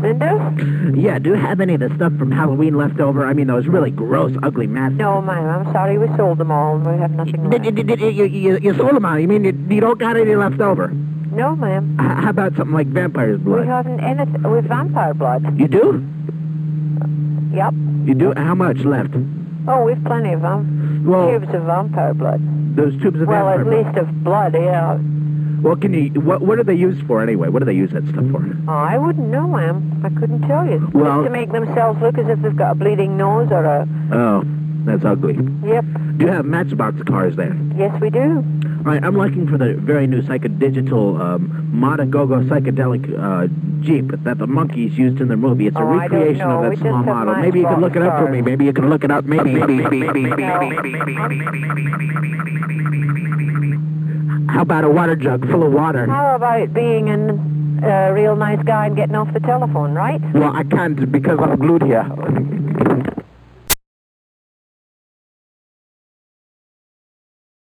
Linda? Yeah, do you have any of the stuff from Halloween left over? I mean, those really gross, ugly masks. No, ma'am. I'm sorry. We sold them all. We have nothing Did- left. did- did- You, you, you sold them out. You mean you, you don't got any left over? H- No, ma'am. How about something like vampire's We blood? haven't anything with vampire blood. You do? Yep. You do? How much left? Oh, we've plenty of them. Well, Tubes of vampire blood. those tubes of Well, vampire at blood. least of blood, yeah. Well, can you? What, what are they used for anyway? What do they use that stuff for? Oh, I wouldn't know, ma'am. I couldn't tell you. Well- Just to make themselves look as if they've got a bleeding nose or a... Oh, that's ugly. Do Yep. you have Matchbox cars there? Yes, we do. All right, I'm looking for the very new psychodigital um, Motogogo psychedelic uh, Jeep that the monkeys used in the movie. It's a Oh, I don't recreation know. of We just that small have model. mine Maybe you brought can look it up for cars. me. Maybe you can look it up. Maybe. How about a water jug full of water? How about being an- a real nice guy and getting off the telephone, right? Well, I can't because I'm glued here.